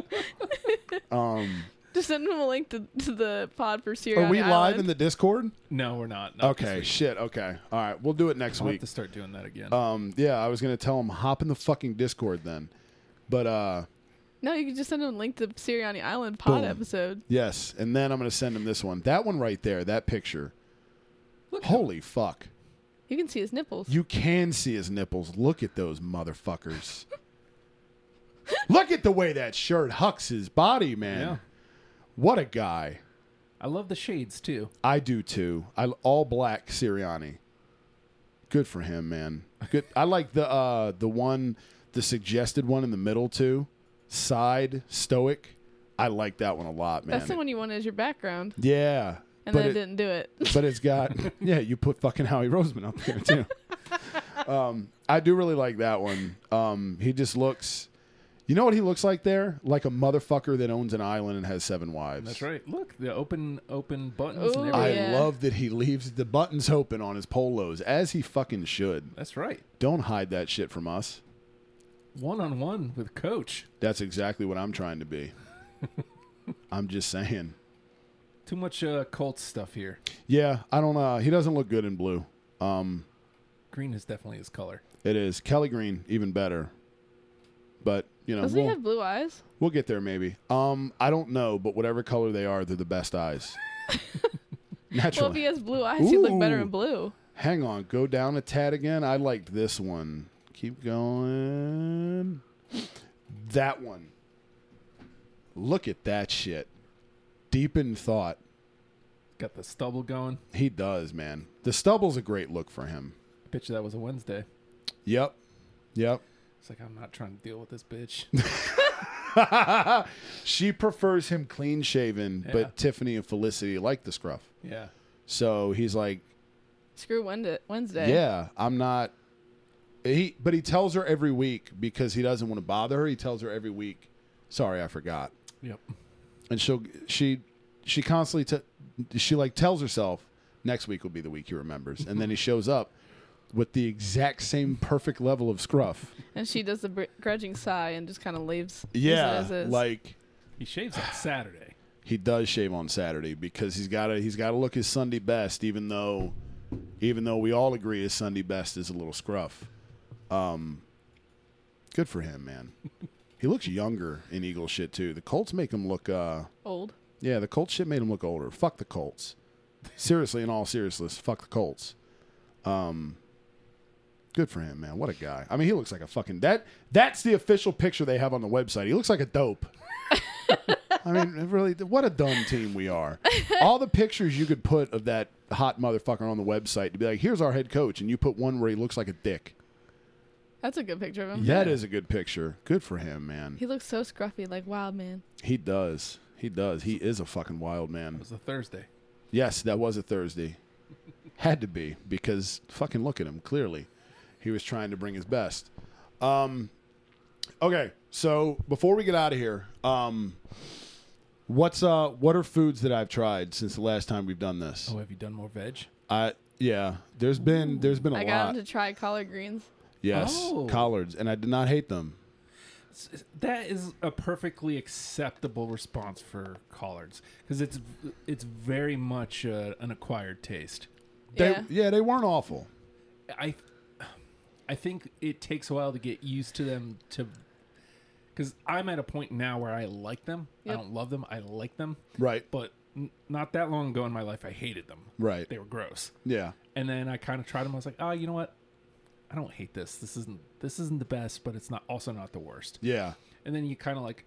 Um Just send them a link to, to the pod for Sierra. are we live in the Discord? No, we're not. Not this Okay, week. shit, okay. All right, we'll do it next I'll have week. to start doing that again. Um, yeah, I was gonna tell him hop in the fucking Discord then, but uh, No, you can just send them a link to Sirianni Island pod Boom. episode. yes, and then I'm gonna send him this one, that one right there, that picture. Look at Holy fuck! You can see his nipples. You can see his nipples. Look at those motherfuckers. Look at the way that shirt hucks his body, man. Yeah. What a guy. I love the shades too. I do too. I all black Sirianni. Good for him, man. Good. I like the uh the one the suggested one in the middle too. Side stoic. I like that one a lot, man. That's the one you want as your background, Yeah. and but then I it- didn't do it. but it's got yeah, you put fucking Howie Roseman up there too. um, I do really like that one. Um, he just looks, you know what he looks like there? Like a motherfucker that owns an island and has seven wives. That's right. Look, the open open buttons Ooh. and I everything. Yeah. love that he leaves the buttons open on his polos as he fucking should. That's right. Don't hide that shit from us. One on one with coach. That's exactly what I'm trying to be. I'm just saying. Too much uh, Colts stuff here. Yeah, I don't Uh, he doesn't look good in blue. Um, Green is definitely his color. it is Kelly Green, even better. But you know, Does we'll- he have blue eyes? We'll get there maybe. Um, I don't know, but whatever color they are, they're the best eyes. Well, if he Naturally. has blue eyes, he'd look better Ooh. in blue. Hang on, go down a tad again. I liked this one. Keep going. That one. Look at that shit. Deep in thought. Got the stubble going. He does, man. The stubble's a great look for him. I bet you that was a Wednesday. Yep. Yep. It's like I'm not trying to deal with this bitch. She prefers him clean shaven, Yeah. but Tiffany and Felicity like the scruff. yeah. So he's like, Screw Wednesday. Wednesday. Yeah, I'm not. He, but he tells her every week because he doesn't want to bother her. He tells her every week, "Sorry, I forgot," Yep. and she'll she she constantly t- she like tells herself next week will be the week he remembers, and then he shows up with the exact same perfect level of scruff. And she does the br- grudging sigh and just kind of leaves. leaves it as is. like He shaves on Saturday. he does shave on Saturday because he's got to he's got to look his Sunday best, even though even though we all agree his Sunday best is a little scruff. Um, good for him, man. he looks younger in Eagle shit too. The Colts make him look. Uh, old. yeah, the Colts shit made him look older. Fuck the Colts. Seriously, in all seriousness, fuck the Colts. Um, good for him, man. What a guy. I mean, he looks like a fucking that. That's the official picture they have on the website. He looks like a dope. I mean, it really, what a dumb team we are. All the pictures you could put of that hot motherfucker on the website to be like, here's our head coach, and you put one where he looks like a dick. That's a good picture of him. That is a good picture. Good for him, man. He looks so scruffy, like wild man. He does. He does. He is a fucking wild man. It was a Thursday. Yes, that was a Thursday. Had to be because fucking look at him. Clearly, he was trying to bring his best. Um, okay, so before we get out of here, um, what's uh, what are foods that I've tried since the last time we've done this? Oh, have you done more veg? I yeah, there's been there's been a I got lot. him to try collard greens. yes, Oh. collards, and I did not hate them. S- That is a perfectly acceptable response for collards because it's it's very much uh, an acquired taste. They, yeah. yeah, they weren't awful. I I think it takes a while to get used to them to because I'm at a point now where I like them. Yep. I don't love them. I like them, Right, but n- not that long ago in my life, I hated them. right. They were gross, Yeah, and then I kind of tried them. I was like, oh, you know what? I don't hate this. This isn't this isn't the best, but it's not also not the worst. yeah, And then you kind of like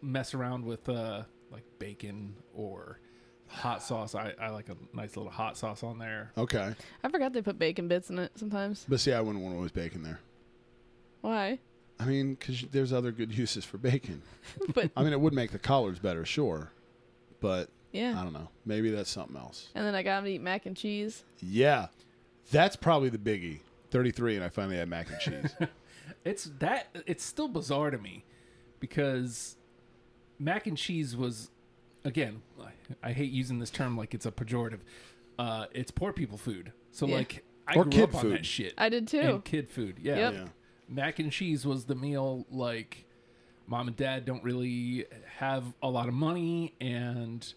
mess around with uh like bacon or hot sauce. I, I like a nice little hot sauce on there. okay. I forgot they put bacon bits in it sometimes. But see, I wouldn't want to always bacon there. Why? I mean, because there's other good uses for bacon. But I mean, it would make the collards better, sure, but I yeah. don't know. Maybe that's something else. And then I got him to eat mac and cheese. Yeah, that's probably the biggie. Thirty-three, and I finally had mac and cheese. It's that it's still bizarre to me because mac and cheese was again I, I hate using this term like it's a pejorative. Uh, it's poor people food. So Yeah. like I Or grew kid up on food. that shit. I did too. And kid food. Yeah. Yep. Yeah. Mac and cheese was the meal like mom and dad don't really have a lot of money and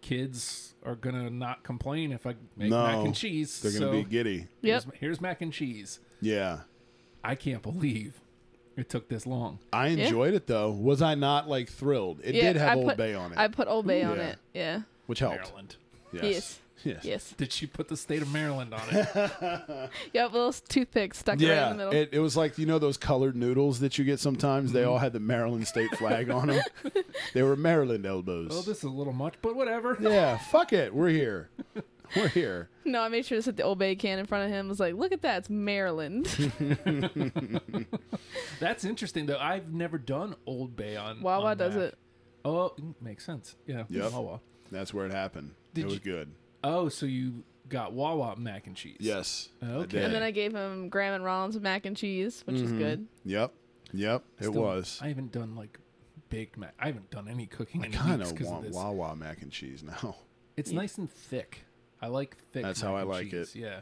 kids are gonna not complain if I make No, mac and cheese. They're so gonna be giddy. Yep. here's- here's mac and cheese. Yeah. I can't believe it took this long. I enjoyed it though. Was I not like thrilled? It Yeah, did have I Old put, Bay on it, I put Old Bay on Yeah. it. Yeah. which helped. Maryland. Yes. Yes. Yes. Did she put the state of Maryland on it? Yep. Little toothpicks stuck right in the Yeah, middle. Mm-hmm. it, it was like you know those colored noodles that you get sometimes. They all had the Maryland state flag on them. They were Maryland elbows. well, Oh, this is a little much, but whatever. yeah, fuck it, we're here, we're here. no, I made sure to set the Old Bay can in front of him. I was like, look at that. It's Maryland. That's interesting though. I've never done Old Bay on Wawa on does Mac. it. Oh, mm, makes sense. Yeah. Yep. Wawa. That's where it happened. Did it was you- good. Oh, so you got Wawa mac and cheese. Yes. I Okay. did. And then I gave him Graham and Rollins mac and cheese, which Mm-hmm. is good. Yep. Yep. It Still, was. I haven't done like baked mac. I haven't done any cooking I in kind weeks of 'cause want this. Wawa mac and cheese now. It's nice and thick. I like thick. That's mac how I and like it. cheese, Yeah.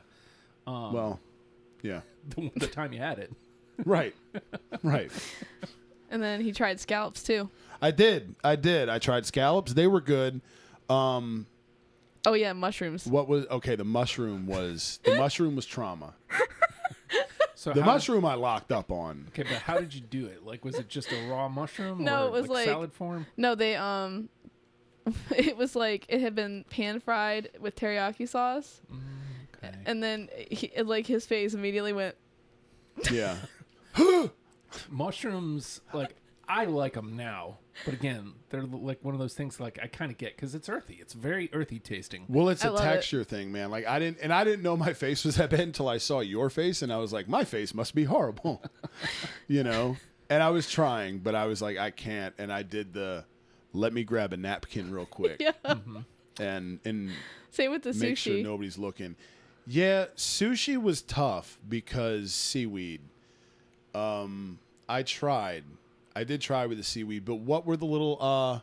Um, well, yeah. the, the time you had it. Right. right. And then he tried scallops too. I did. I did. I tried scallops. They were good. Um, Oh yeah, mushrooms. what was okay? The mushroom was the mushroom was trauma. So The how, mushroom I locked up on. Okay, but how did you do it? Like, was it just a raw mushroom? No, or, it was like- salad form. No, they um it was like it had been pan fried with teriyaki sauce. Okay. And then he, it, like his face immediately went Yeah. Mushrooms, like I like them now, but again, they're like one of those things like I kind of get because it's earthy. It's very earthy tasting. Well, it's I a love it. texture thing, man. Like I didn't, and I didn't know my face was that bad until I saw your face, and I was like, my face must be horrible, you know. And I was trying, but I was like, I can't. And I did the, let me grab a napkin real quick, Mm-hmm. Yeah. and and Same with the make sushi. sure nobody's looking. Yeah, sushi was tough because seaweed. Um, I tried, I did try with the seaweed, but what were the little uh,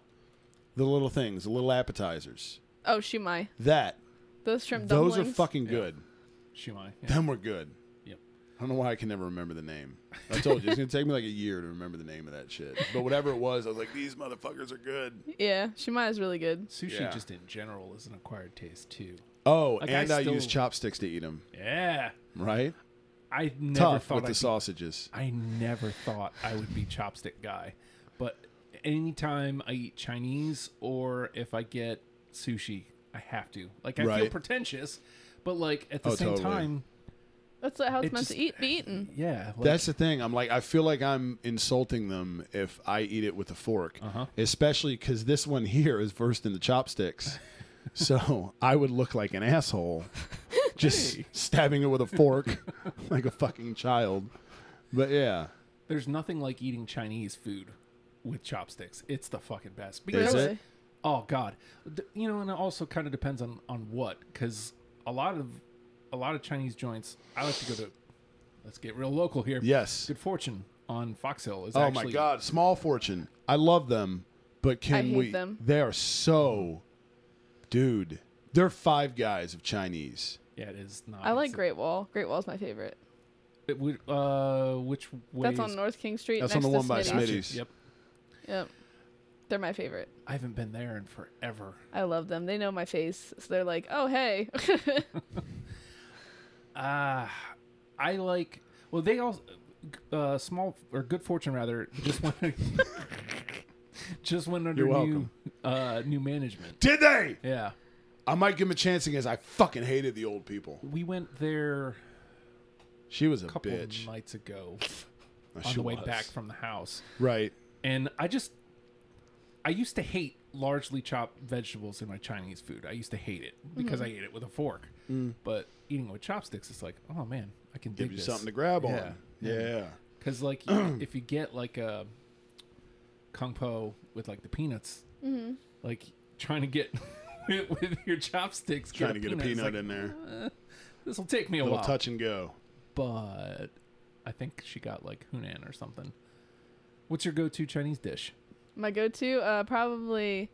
the little things, the little appetizers? oh, shumai. That Those shrimp those dumplings. are fucking good. Shumai. Yeah. Them were good. Yep. I don't know why I can never remember the name. I told you it's gonna take me like a year to remember the name of that shit. But whatever it was, I was like, these motherfuckers are good. Yeah, shumai is really good. Sushi, Yeah. just in general, is an acquired taste too. Oh, Like, I and I, still- used chopsticks to eat them. Yeah, Right? I never Tough thought with I'd the be- sausages. I never thought I would be chopstick guy, but anytime I eat Chinese or if I get sushi, I have to. Like I feel Right. pretentious, but like at the Oh, same totally. time, That's how it's It meant to just- eat be eaten. yeah, like, That's the thing. I'm like, I feel like I'm insulting them if I eat it with a fork, Uh-huh. especially because this one here is versed in the chopsticks. so I would look like an asshole just stabbing it with a fork like a fucking child. But yeah. there's nothing like eating Chinese food with chopsticks. It's the fucking best. Because it? Really. Oh God, D- you know, and it also kind of depends on on what, because a lot of a lot of Chinese joints. I like to go to. Let's get real local here. Yes. Good Fortune on Fox Hill is Oh actually. my God, Small Fortune. I love them, but can I hate we? them. They are so, dude. They're five guys of Chinese. Yeah, it is not. I like it's- Great Wall. Great Wall's my favorite. It would, uh, which way? That's on is- North King Street. That's on next the to one by Smitty's. Smitty's. Yep. Yep. They're my favorite. I haven't been there in forever. I love them. They know my face, so they're like, "Oh hey." Ah, I like. Well, they all uh, small or good fortune rather just went just went under You're new welcome. uh, new management. Did they? Yeah. I might give them a chance because I fucking hated the old people. We went there She was a a couple bitch. nights ago No, on she the way was. back from the house, Right. and I just I used to hate largely chopped vegetables in my Chinese food. I used to hate it because I ate it with a fork. But eating with chopsticks, it's like, oh man, I can Mm. Give dig you this. something to grab Yeah. on. Yeah. Because like if you get like a kung po with like the peanuts, Mm-hmm. like trying to get it with your chopsticks, Trying to get a it's peanut like, oh, in there. This will take me a Little while, touch and go. but I think she got like Hunan or something. What's your go-to Chinese dish? My go-to, uh, probably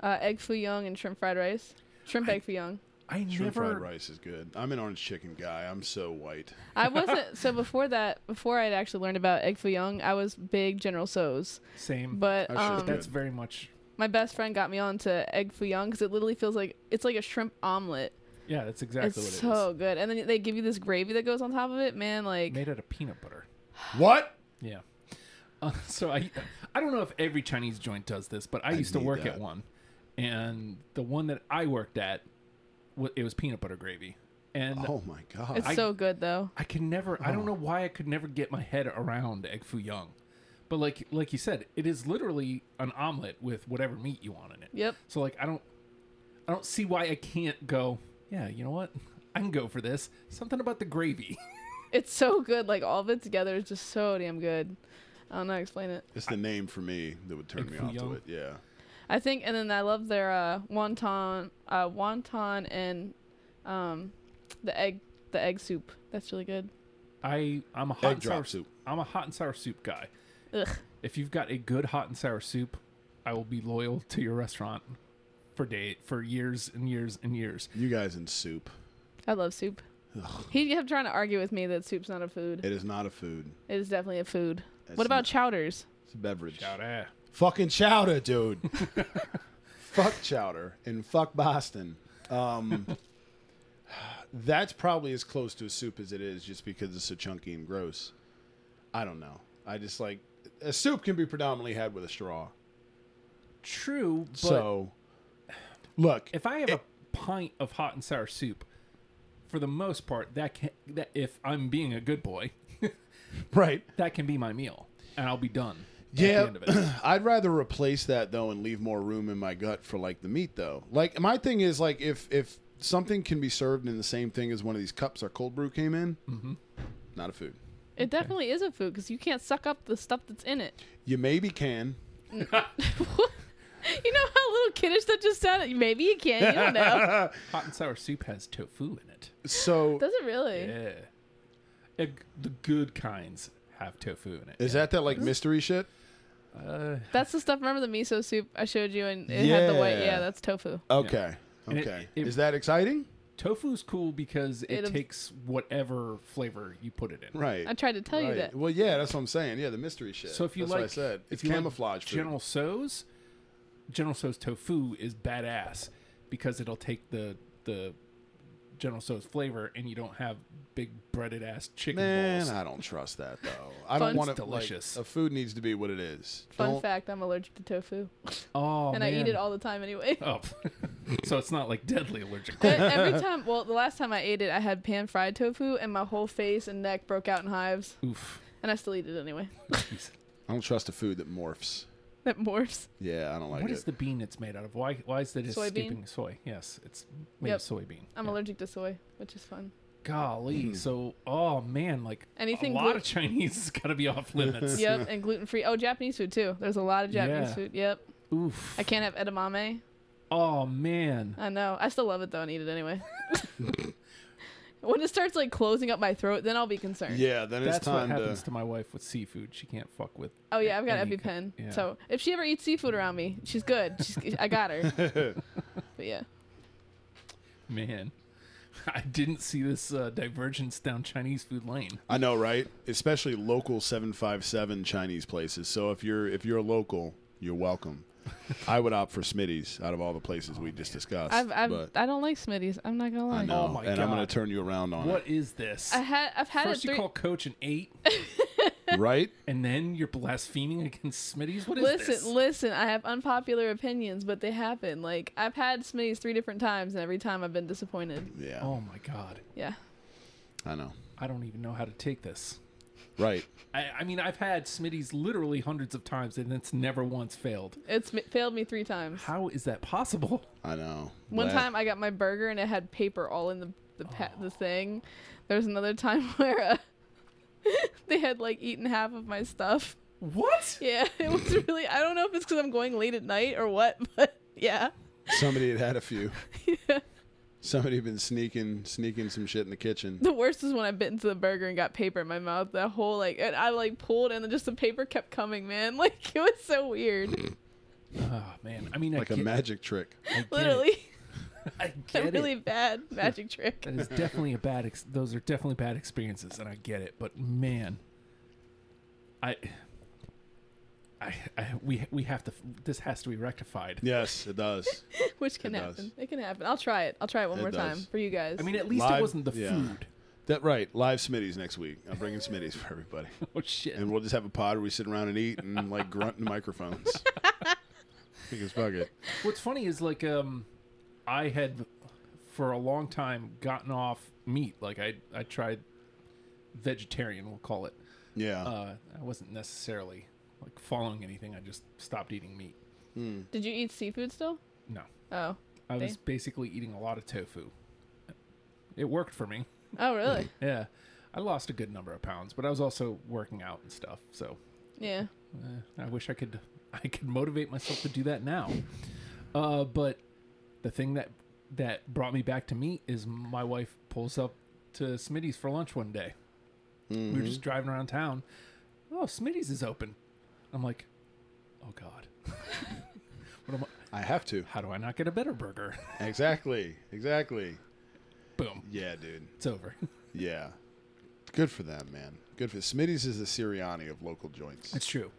uh, egg foo young and shrimp fried rice. Shrimp egg foo young. I Shrimp never. fried rice is good. I'm an orange chicken guy. I'm so white. I wasn't so before that. Before I'd actually learned about egg foo young, I was big General So's. Same, But That shit's um, that's very much. my best friend got me onto egg foo young because it literally feels like it's like a shrimp omelet. Yeah, that's exactly it's what it is. so good, and then they give you this gravy that goes on top of it. Man, like Made out of peanut butter. What? Yeah. Uh, so I, I don't know if every Chinese joint does this, but I, used to need work that. at one, and the one that I worked at, wa- it was peanut butter gravy, and Oh my god. it's I- so good though. I could never. I don't know why I could never get my head around egg foo young, but like like you said, it is literally an omelet with whatever meat you want in it. Yep. So like I don't, I don't see why I can't go. Yeah, you know what? I can go for this. Something about the gravy. It's so good. Like all of it together is just so damn good. I don't know how to explain it. it's the name for me that would turn Egg me foo off to young. it. Yeah. I think, and then I love their uh, wonton, uh, wonton, and um, the egg, the egg soup. That's really good. I I'm a hot Egg and drop sour soup. I'm a hot and sour soup guy. Ugh. If you've got a good hot and sour soup, I will be loyal to your restaurant for day for years and years and years. You guys in soup. I love soup. He kept trying to argue with me that soup's not a food. It is not a food. It is definitely a food. That's What about not- chowders? It's a beverage. Chowder. Fucking chowder, dude. fuck chowder and fuck Boston. Um, that's probably as close to a soup as it is, just because it's so chunky and gross. I don't know. I just like a soup can be predominantly had with a straw. True, but so, look, if I have a pint of hot and sour soup, for the most part, that can that if I'm being a good boy, right? that can be my meal, and I'll be done. at the Yeah, end of it. I'd rather replace that though and leave more room in my gut for like the meat though. Like my thing is like if if something can be served in the same thing as one of these cups our cold brew came in, Mm-hmm. not a food. It definitely is a food because you can't suck up the stuff that's in it. You maybe can. You know how little kiddish that just sounded? Maybe you can. You don't know. Hot and sour soup has tofu in it. So Does it really? Yeah, Eg- the good kinds have tofu in it. is that that like mystery shit? That's the stuff. Remember the miso soup I showed you and it had the white? Yeah. Yeah, that's tofu. Okay. And it- Okay. it- Is that exciting? Tofu's cool because it It'll- takes whatever flavor you put it in. Right. I tried to tell you right. that. Well, yeah, that's what I'm saying. Yeah, the mystery shit. So if you that's like, what I said if it's you like camouflage food. General So's, General So's tofu is badass because it'll take the the General So's flavor and you don't have big breaded ass chicken Man, balls. I don't trust that though. I Fun's don't want it. delicious. Like, a food needs to be what it is. Fun Don't- fact: I'm allergic to tofu, oh, and I eat man. it all the time anyway. Oh, so it's not like deadly allergic. But every time, well, the last time I ate it, I had pan fried tofu, and my whole face and neck broke out in hives, Oof. and I still eat it anyway. Jeez. I don't trust a food that morphs. That morphs. Yeah, I don't like What it. is the bean it's made out of? Why why is that Soybean? escaping soy? Yes, it's made of soybean. I'm Yeah. allergic to soy, which is fun. Hmm. Golly, so oh man, like Anything a lot glu- of Chinese has got to be off limits. Yep, and gluten free. Oh, Japanese food too. There's a lot of Japanese Yeah. food. Yep. Oof. I can't have edamame. Oh man. I know. I still love it though, and eat it anyway. when it starts like closing up my throat, then I'll be concerned. Yeah, then it's That's what time happens to. to... my wife with seafood. She can't fuck with. Oh yeah, I've got any ki- EpiPen. yeah. So if she ever eats seafood around me, she's good. She's, I got her. but yeah, man, I didn't see this uh, divergence down Chinese food lane. I know, right? Especially local seven five seven Chinese places. So if you're if you're local, you're welcome. I would opt for Smitty's out of all the places we just discussed. I've, I've but I don't like Smitty's. I'm not gonna lie. I know, Oh my and I'm going God. to turn you around on What is this? I had I've had it First you three. call coach an eight, it, right? and then you're blaspheming against Smitty's. What is Listen, this? listen. I have unpopular opinions, but they happen. Like I've had Smitty's three different times, and every time I've been disappointed. Yeah, oh my god, Yeah, I know, I don't even know how to take this. right? I, I mean, I've had Smitty's literally hundreds of times, and it's never once failed. it's m- failed me three times. How is that possible? I know. One La- time I got my burger and it had paper all in the the pa- the thing. There was another time where uh, they had like eaten half of my stuff. What? Yeah, it was really. I don't know if it's because I'm going late at night or what, but yeah, somebody had had a few. Somebody been sneaking sneaking some shit in the kitchen. The worst is when I bit into the burger and got paper in my mouth. That whole like, and I like pulled, and then just the paper kept coming, man. Like it was so weird. Oh man, I mean, Like I a get, magic trick. I get it. Literally, I a get it. really bad magic trick. That is definitely a bad. Ex- those are definitely bad experiences, and I get it. But man, I, I, I we we have to. This has to be rectified. Yes, it does. Which can It does. happen. It can happen. I'll try it. I'll try it one It more does. time for you guys. I mean, at least Live- it wasn't the yeah. food. That right. Live Smitty's next week. I'm bringing Smitty's for everybody, Oh shit! and we'll just have a pod where we sit around and eat and like grunt in microphones. because fuck it. What's funny is like um, I had for a long time gotten off meat. Like I I tried vegetarian. We'll call it. Yeah. Uh, I wasn't necessarily like following anything. I just stopped eating meat. did you eat seafood still? No, Oh, I was Damn. basically eating a lot of tofu. It worked for me. oh really? Yeah. I lost a good number of pounds, but I was also working out and stuff. So yeah. eh, I wish I could I could motivate myself to do that now. Uh, but the thing that that brought me back to meat is my wife pulls up to Smitty's for lunch one day. We were just driving around town. Oh, Smitty's is open. I'm like, oh god, what am I, I have to. how do I not get a better burger? Exactly. Exactly. Boom, Yeah, dude. it's over. Yeah. Good for them, man. Good for Smitty's is the Sirianni of local joints. It's true.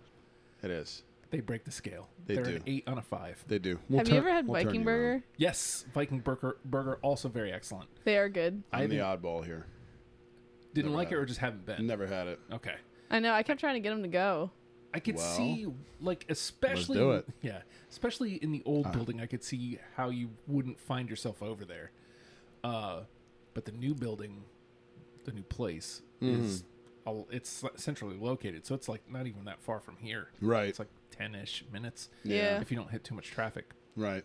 It is. They break the scale. They are do. an eight on a five. They do. We'll Have turn- you ever had we'll turn Viking you burger? around. Yes, Viking burger burger also very excellent. They are good. I'm the haven't- oddball here. Didn't Never like had it or it. just haven't been. Never had it. Okay. I know. I kept trying to get them to go. I could Well, see like especially do it. Uh-huh. yeah, especially in the old building I could see how you wouldn't find yourself over there. Uh but the new building, the new place Mm-hmm. is a- it's centrally located, so it's like not even that far from here. Right. It's like 10ish minutes Yeah. if you don't hit too much traffic. Right.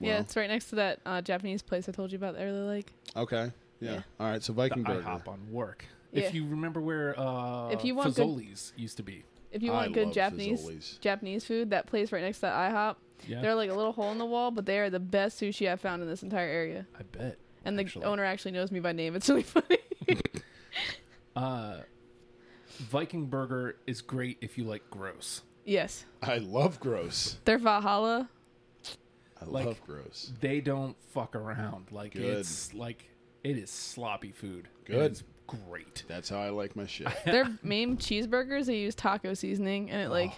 yeah, Well. it's right next to that uh, Japanese place I told you about the early lake. Okay. Yeah. Yeah. All right. So The Viking burger. IHOP on work. Yeah. If you remember where uh If you want good- Fazoli's used to be. If you I want good love Japanese Fazoli's. Japanese food, that place right next to that IHOP, Yeah. they're like a little hole in the wall, but they are the best sushi I've found in this entire area. I bet. And the actually. owner actually knows me by name. It's really funny. Uh, Viking burger is great if you like gross. yes, I love gross. their Valhalla. I Like- love gross. They don't fuck around. Like Good. it's like it is sloppy food. and Good. It's great. That's how I like my shit. Their main cheeseburgers they use taco seasoning, and it like,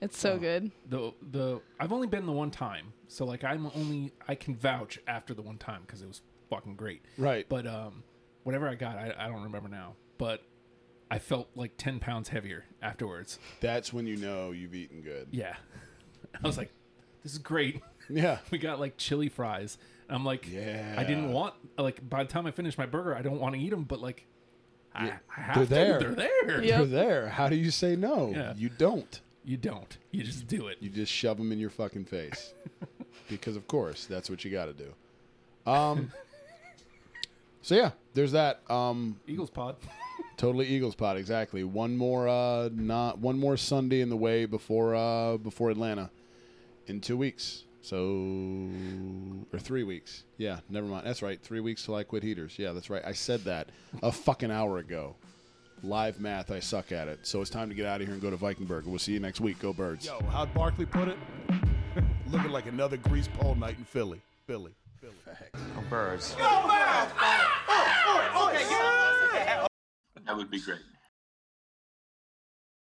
it's so good. The the I've only been the one time, so like I'm only I can vouch after the one time because it was fucking great. right. But um, whatever I got, I, I don't remember now. But I felt like ten pounds heavier afterwards. That's when you know you've eaten good. Yeah, I was like, this is great. Yeah. we got like chili fries. And I'm like, Yeah. I didn't want like by the time I finish my burger, I don't want to eat them, but like, I, I have They're to. there. They're there. Yep. You're there. How do you say no? Yeah. You don't. You don't. You just do it. You just shove them in your fucking face. because of course, that's what you got to do. Um So yeah, there's that um Eagles pod. totally Eagles pod exactly. One more uh not one more Sunday in the way before uh before Atlanta in 2 weeks. So or 3 weeks. Yeah, never mind. That's right. 3 weeks till I quit heaters. Yeah, that's right. I said that a fucking hour ago. Live math, I suck at it. So it's time to get out of here and go to Vikingburg. We'll see you next week. Go Birds. Yo, how'd Barkley put it? Looking like another grease pole night in Philly. Philly. Philly. Birds. That would be great.